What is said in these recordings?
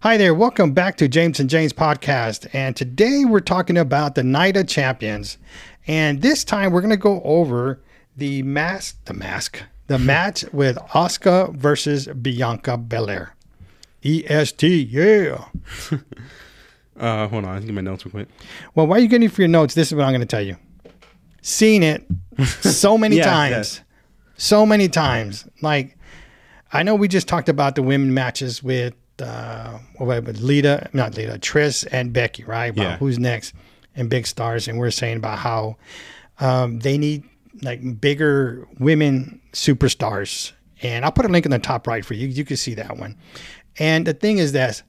Hi there, welcome back to James and James podcast. And today we're talking about the Night of Champions. And this time we're going to go over the mask, the mask, the match with Oscar versus Bianca Belair. EST, yeah. Uh, hold on, I can get my notes real quick. Well, while you're getting for your notes, this is what I'm going to tell you. Seen it so many Yeah, times. yeah. So many times. Like, I know we just talked about the women matches with, uh, what was it, Lita, not Lita, Triss and Becky, right? About Yeah. who's next and big stars. And we're saying about how um, they need like bigger women superstars. And I'll put a link in the top right for you. You can see that one. And the thing is this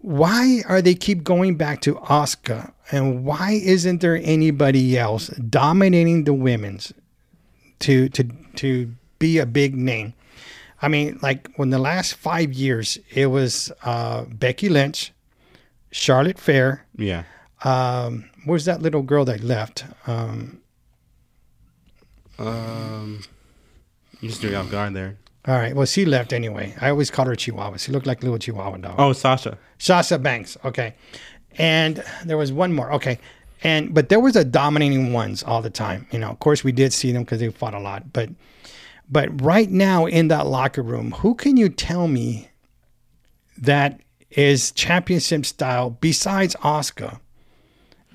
why are they keep going back to Oscar and why isn't there anybody else dominating the women's to to to be a big name? I mean, like when the last five years it was uh, Becky Lynch, Charlotte Fair. Yeah. Um, where's that little girl that left? Um, Um, you just threw me off guard there. all right, well she left anyway. I always called her Chihuahua. She looked like little Chihuahua dog. Oh, Sasha. Sasha Banks. Okay. And there was one more. Okay. And but there was a dominating ones all the time. You know, of course we did see them because they fought a lot. But but right now in that locker room, who can you tell me that is championship style besides Oscar?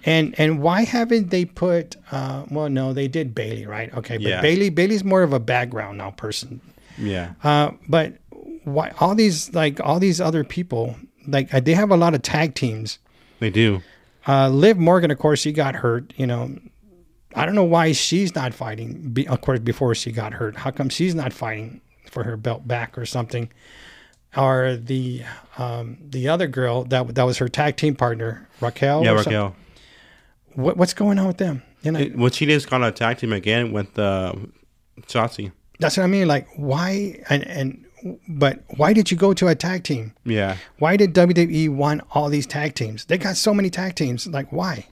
And and why haven't they put? Uh, well, no, they did Bailey, right? Okay, but Yeah. Bailey Bailey's more of a background now person. Yeah. Uh, but why all these like all these other people like uh, they have a lot of tag teams. They do. Uh, Liv Morgan, of course, she got hurt. You know, I don't know why she's not fighting. Be, of course, before she got hurt, how come she's not fighting for her belt back or something? Or the um, the other girl that that was her tag team partner, Raquel. Yeah, or something. Raquel. What, what's going on with them? You know, It, well, she just got attacked him again with uh, Shotzi. that's what I mean. Like, why and and but why did you go to a tag team? Yeah. Why did WWE want all these tag teams? They got so many tag teams. Like, why?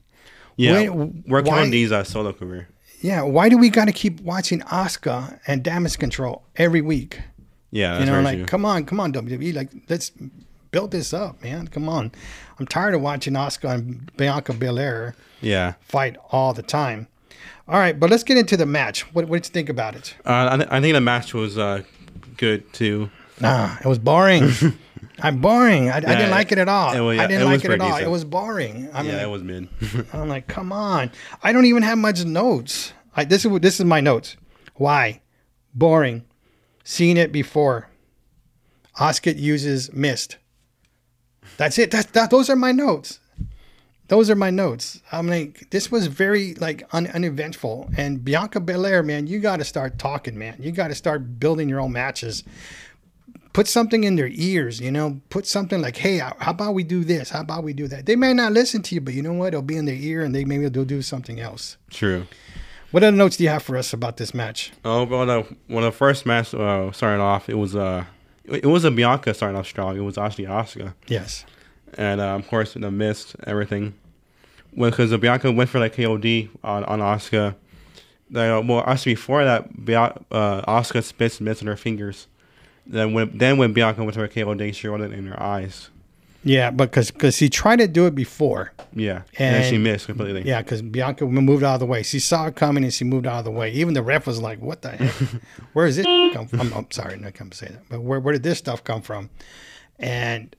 Yeah. When- Raquel why- and D's uh, solo career. Yeah, why do we got to keep watching Asuka and Damage Control every week? Yeah, You that's know, very like, true. come on, come on, WWE. Like, let's build this up, man. Come on. I'm tired of watching Asuka and Bianca Belair yeah. fight all the time. All right, but let's get into the match. What, what did you think about it? Uh, I, th- I think the match was uh, good too. Nah, Ah, it was boring. I'm boring. I, I didn't it- like it at all. it was- yeah, I didn't it like was it at pretty all. It decent. was boring. I mean, Yeah, it was mid. I'm like, come on. I don't even have much notes. I, this is what- this is my notes. Why? Boring. Seen it before. Oscar uses mist. That's it. That's that. Those are my notes. Those are my notes. I'm like, this was very like un, uneventful. And Bianca Belair, man, you got to start talking, man. You got to start building your own matches. Put something in their ears, you know. Put something like, "Hey, how about we do this? How about we do that?" They may not listen to you, but you know what? It'll be in their ear, and they maybe they'll do something else. true. What other notes do you have for us about this match? Oh, well, the, when the first match uh, started off, it was uh, it, it was a Bianca starting off strong. It was actually Asuka. Yes. and uh, of course the mist everything because Bianca went for like KOD on on Oscar. Then, uh, well, actually before that, Bia- uh, Oscar spits mist in her fingers. Then when then when Bianca went for a KOD, she rolled it in her eyes. Yeah, because because she tried to do it before. Yeah, and, then she And- missed completely. Yeah, because Bianca moved out of the way. She saw it coming and she moved out of the way. Even the ref was like, "What the heck? Where is this come from?" I'm, I'm sorry, not come say that, but where where did this stuff come from? And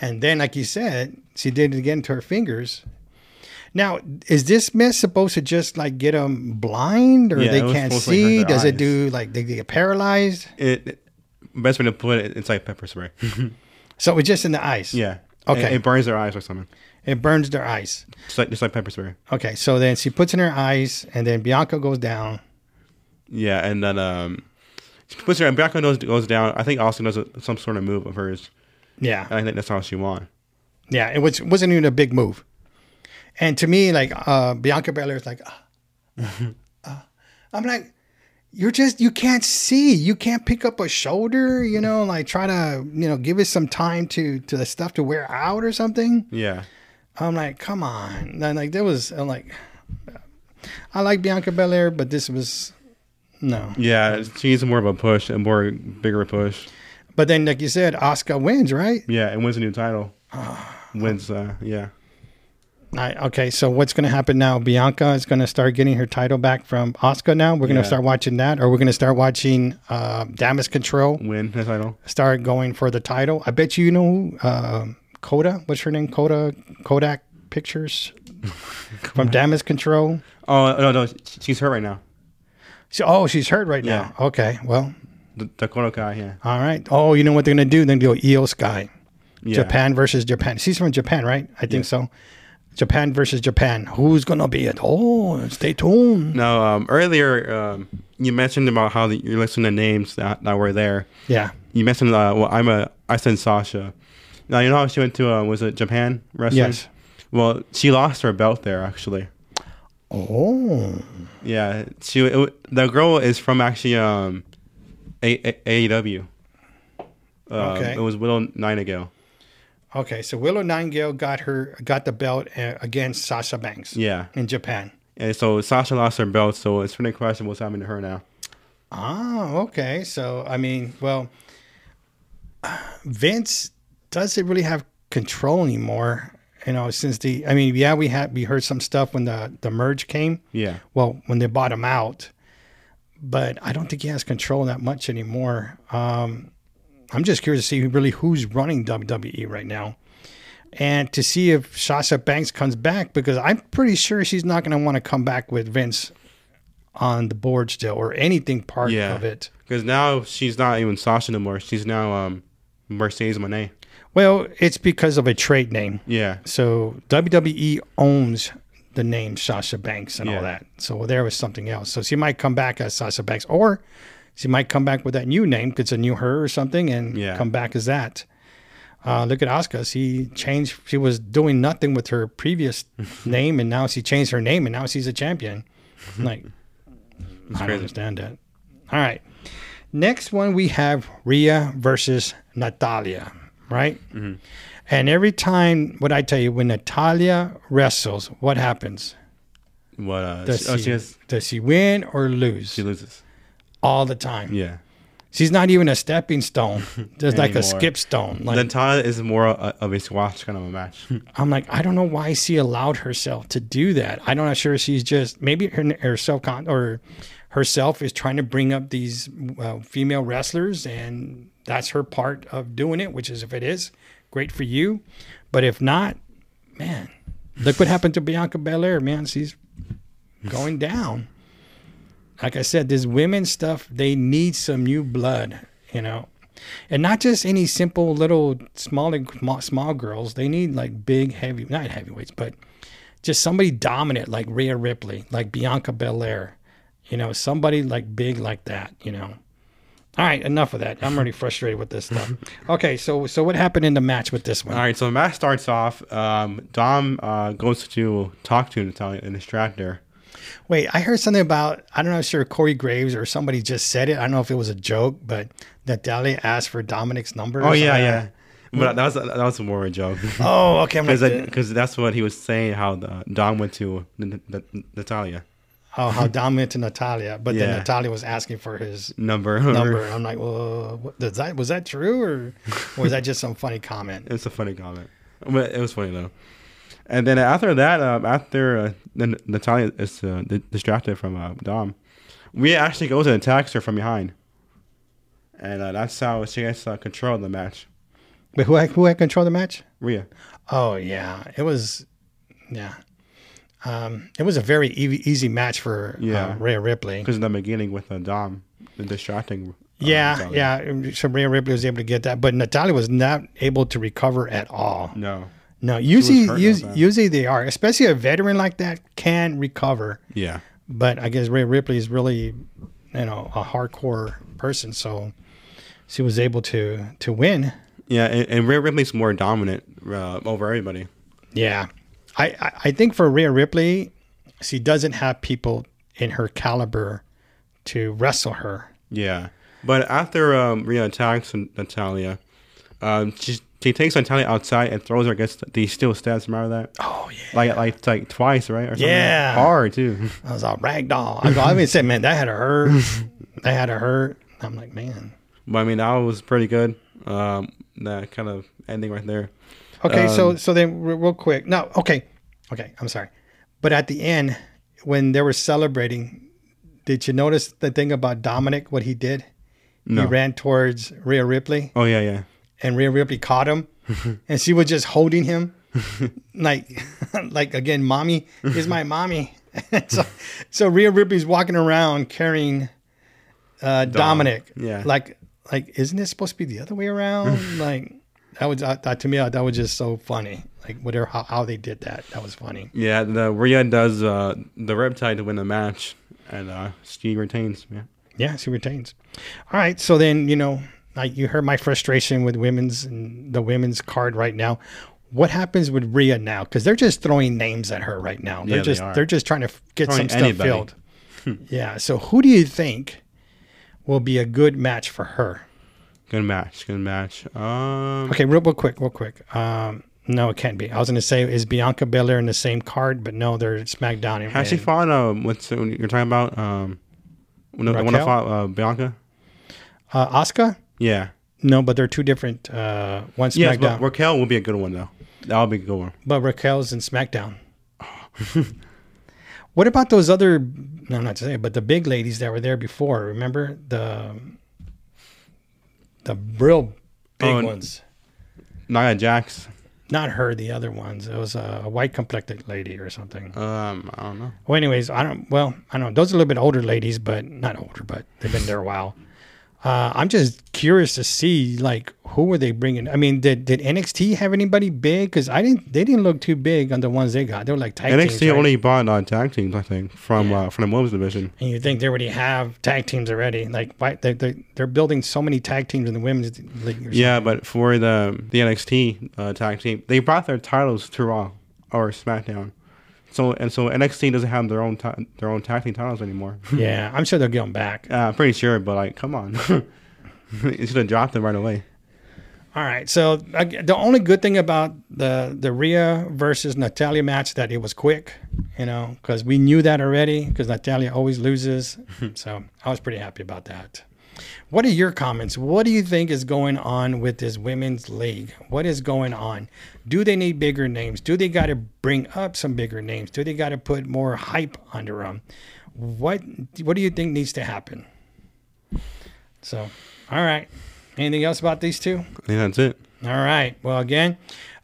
and then, like you said, she did it again to her fingers. Now, is this mess supposed to just like get them blind, or Yeah, they it was can't supposed to, like, hurt see? their Does it eyes. do like they get paralyzed? It, it- best way to put it, it's like pepper spray. So it's just in the eyes. yeah. Okay. It, it burns their eyes or something. it burns their eyes. Just like just like pepper spray. Okay, so then she puts in her eyes, and then Bianca goes down. Yeah, and then um, she puts her and Bianca goes goes down. I think Austin does a, some sort of move of hers. Yeah. I think that's all she won. Yeah, it was wasn't even a big move. And to me, like uh, Bianca Belair is like, uh, uh. I'm like, you're just you can't see, you can't pick up a shoulder, you know, like try to you know give it some time to to the stuff to wear out or something. Yeah. I'm like, come on, and like there was I'm like, I like Bianca Belair, but this was no. Yeah, she needs more of a push, a more bigger push. But then, like you said, Oscar wins, right? Yeah, and wins a new title. wins, uh, yeah. I, okay, so what's going to happen now? Bianca is going to start getting her title back from Oscar. Now we're going to Yeah. start watching that, or we're going to start watching uh, Damage Control Win the title. start going for the title. I bet you, you know who, um, Coda. What's her name? Coda Kodak Pictures from Damage Control. Oh, no, no. She's hurt right now. So, oh, she's hurt right now. Okay, well, The Dakota Kai, yeah. all right. Oh, you know what they're gonna do? They're gonna go Io Sky. yeah. Japan versus Japan. She's from Japan, right? I think so. Japan versus Japan. Who's gonna be it? Oh, stay tuned. No, um, earlier um, you mentioned about how the, you listen to names that, that were there. Yeah. You mentioned, uh, well, I'm a, I said Sasha. Now, you know how she went to, uh, was it Japan wrestling? Yes. Well, she lost her belt there, actually. Oh. Yeah, she it, w- the girl is from actually um, a- A- AEW. Uh, Okay. It was Willow Nightingale. Okay. So Willow Nightingale got her got the belt uh, against Sasha Banks Yeah, in Japan. and so Sasha lost her belt, so it's pretty questionable what's happening to her now. Oh, okay. So, I mean, well, Vince doesn't really have control anymore. You know, since the, I mean, yeah, we had we heard some stuff when the the merge came. Yeah, Well, when they bought him out, but I don't think he has control that much anymore. Um, I'm just curious to see who- really who's running WWE right now, and to see if Sasha Banks comes back because I'm pretty sure she's not going to want to come back with Vince on the board still or anything part Yeah. of it. because now she's not even Sasha no more. She's now um, Mercedes Monet. Well, it's because of a trade name. Yeah, So WWE owns the name Sasha Banks and Yeah. all that. So there was something else. So she might come back as Sasha Banks, or she might come back with that new name because a new her or something, and Yeah. come back as that. Uh, look at Asuka. She changed. She was doing nothing with her previous name, and now she changed her name, and now she's a champion. Like, I don't crazy. understand that. All right. Next one we have Rhea versus Natalia, right? Mm-hmm. And every time, what I tell you, when Natalia wrestles, what happens? what? Uh, Does she, oh, she, she, has, does she win or lose? she loses. All the time. Yeah, She's not even a stepping stone. There's like a Anymore. skip stone. Like Natalia is more uh, of a squash kind of a match. I'm like, I don't know why she allowed herself to do that. I don't know. Sure, she's just maybe her, her self con or herself is trying to bring up these uh, female wrestlers, and that's her part of doing it. Which is, if it is, great for you. But if not, man, look what happened to Bianca Belair. Man, she's going down. Like I said, this women stuff. They need some new blood. You know, and not just any simple little small small, small girls. They need like big heavy, not heavyweights, but just somebody dominant like Rhea Ripley, like Bianca Belair, you know, somebody like big like that, you know. All right, enough of that. I'm already frustrated with this stuff. Okay, so so what happened in the match with this one? All right, so the match starts off. Um, Dom uh, goes to talk to Natalia and distract her. Wait, I heard something about I don't know, sure Corey Graves or somebody just said it. I don't know if it was a joke, but that Dalia asked for Dominic's number. or Oh yeah, something. yeah. But that was that was more of a joke Oh, okay. I'm like, because that's what he was saying. How the, Dom went to N- N- N- Natalia oh, how dominant to Natalia, but Yeah. then Natalia was asking for his number. number. I'm like, well, what, does that was that true or or was that just some funny comment? it's a funny comment, but it was funny though. And then after that, um, after uh, N- Natalia is uh, di- distracted from uh, Dom, we actually goes and attacks her from behind, and uh, that's how she gets uh, control of the match. But who had, who had control of the match? Rhea. Oh yeah, it was, yeah, um, it was a very easy, easy match for Yeah. uh, Rhea Ripley. Because in the beginning with uh, Dom, the distracting. uh, Yeah, Natalia. yeah. Um, So Rhea Ripley was able to get that, but Natalia was not able to recover at all. No. No, usually, hurt us- real bad. usually they are, especially a veteran like that can recover. Yeah. but I guess Ray Ripley is really, you know, a hardcore person, so she was able to to win. Yeah, and, and Rhea Ripley's more dominant uh, over everybody. Yeah, I I, I think for Rhea Ripley, she doesn't have people in her caliber to wrestle her. Yeah. But after um, Rhea attacks N- Natalia, um, she, she takes Natalia outside and throws her against the steel steps. Remember that? Oh yeah, Like, like, like twice, right? Or something. Yeah. Hard, too. I was all ragdoll. I, go, I even said, man, that had a hurt. that had a hurt. I'm like, man, But I mean, that was pretty good. Um, that kind of ending right there. Okay, so so then re- real quick. No, okay, okay. I'm sorry, but at the end when they were celebrating, did you notice the thing about Dominic? What he did? He No. ran towards Rhea Ripley, Oh yeah, yeah. and Rhea Ripley caught him, and she was just holding him, like like again, mommy is my mommy. so so Rhea Ripley's walking around carrying uh, Dominic. yeah. Like like isn't it supposed to be the other way around? like that was uh, that to me uh, that was just so funny. Like whatever how, how they did that that was funny. Yeah, the Rhea does uh, the Riptide to win the match, and uh, she retains. Yeah, Yeah, she retains. All right, so then you know, like you heard my frustration with women's and the women's card right now. What happens with Rhea now? Because they're just throwing names at her right now. They're Yeah, they just are. are just trying to f- get some Throwing stuff anybody. Hmm. filled. yeah. So who do you think will be a good match for her? good match, good match. Um, Okay, real, real quick, real quick. Um, no, it can't be. I was going to say is Bianca Belair in the same card, but no, they're SmackDown. and- has she fought? Uh, what's uh, you're talking about? Um, when I want to Raquel? fought uh, Bianca. uh, Asuka? Yeah, No, but they're two different. Uh, one SmackDown, yes, but, but Raquel will be a good one though. That'll be a good one. Raquel's in SmackDown. What about those other? No, not to say, but the big ladies that were there before. Remember the the real big Oh, n- ones. Nia Jax. Not her, the other ones. It was a, a white complected lady or something. Um, I don't know. Well, anyways, I don't. Well, I don't. know. Those are a little bit older ladies, but not older, but they've been there a while. Uh, I'm just curious to see like who were they bringing. I mean, did did NXT have anybody big? Because I didn't. They didn't look too big on the ones they got. They were like tag teams, NXT right? only bought uh, tag teams, I think, from uh, from the women's division. And you think they already have tag teams already? Like why they they they're building so many tag teams in the women's league. Or Yeah, but for the the NXT uh, tag team, they brought their titles to Raw or SmackDown. So and so NXT doesn't have their own ti- their own tag team titles anymore. something. yeah. I'm sure they'll get them back. uh, I'm pretty sure, but like, come on, you should have dropped them right away. All right. So I g the only good thing about the the Rhea versus Natalia match that it was quick, you know, because we knew that already. Because Natalia always loses, so I was pretty happy about that. What are your comments? What do you think is going on with this women's league? What is going on? Do they need bigger names? Do they got to bring up some bigger names? Do they got to put more hype under them? What What do you think needs to happen? So, all right. Anything else about these two? I think that's it. All right. Well, again,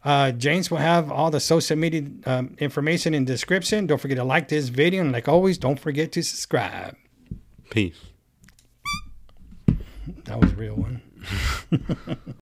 uh, James will have all the social media um, information in description. Don't forget to like this video, and like always, don't forget to subscribe. Peace. That was a real one.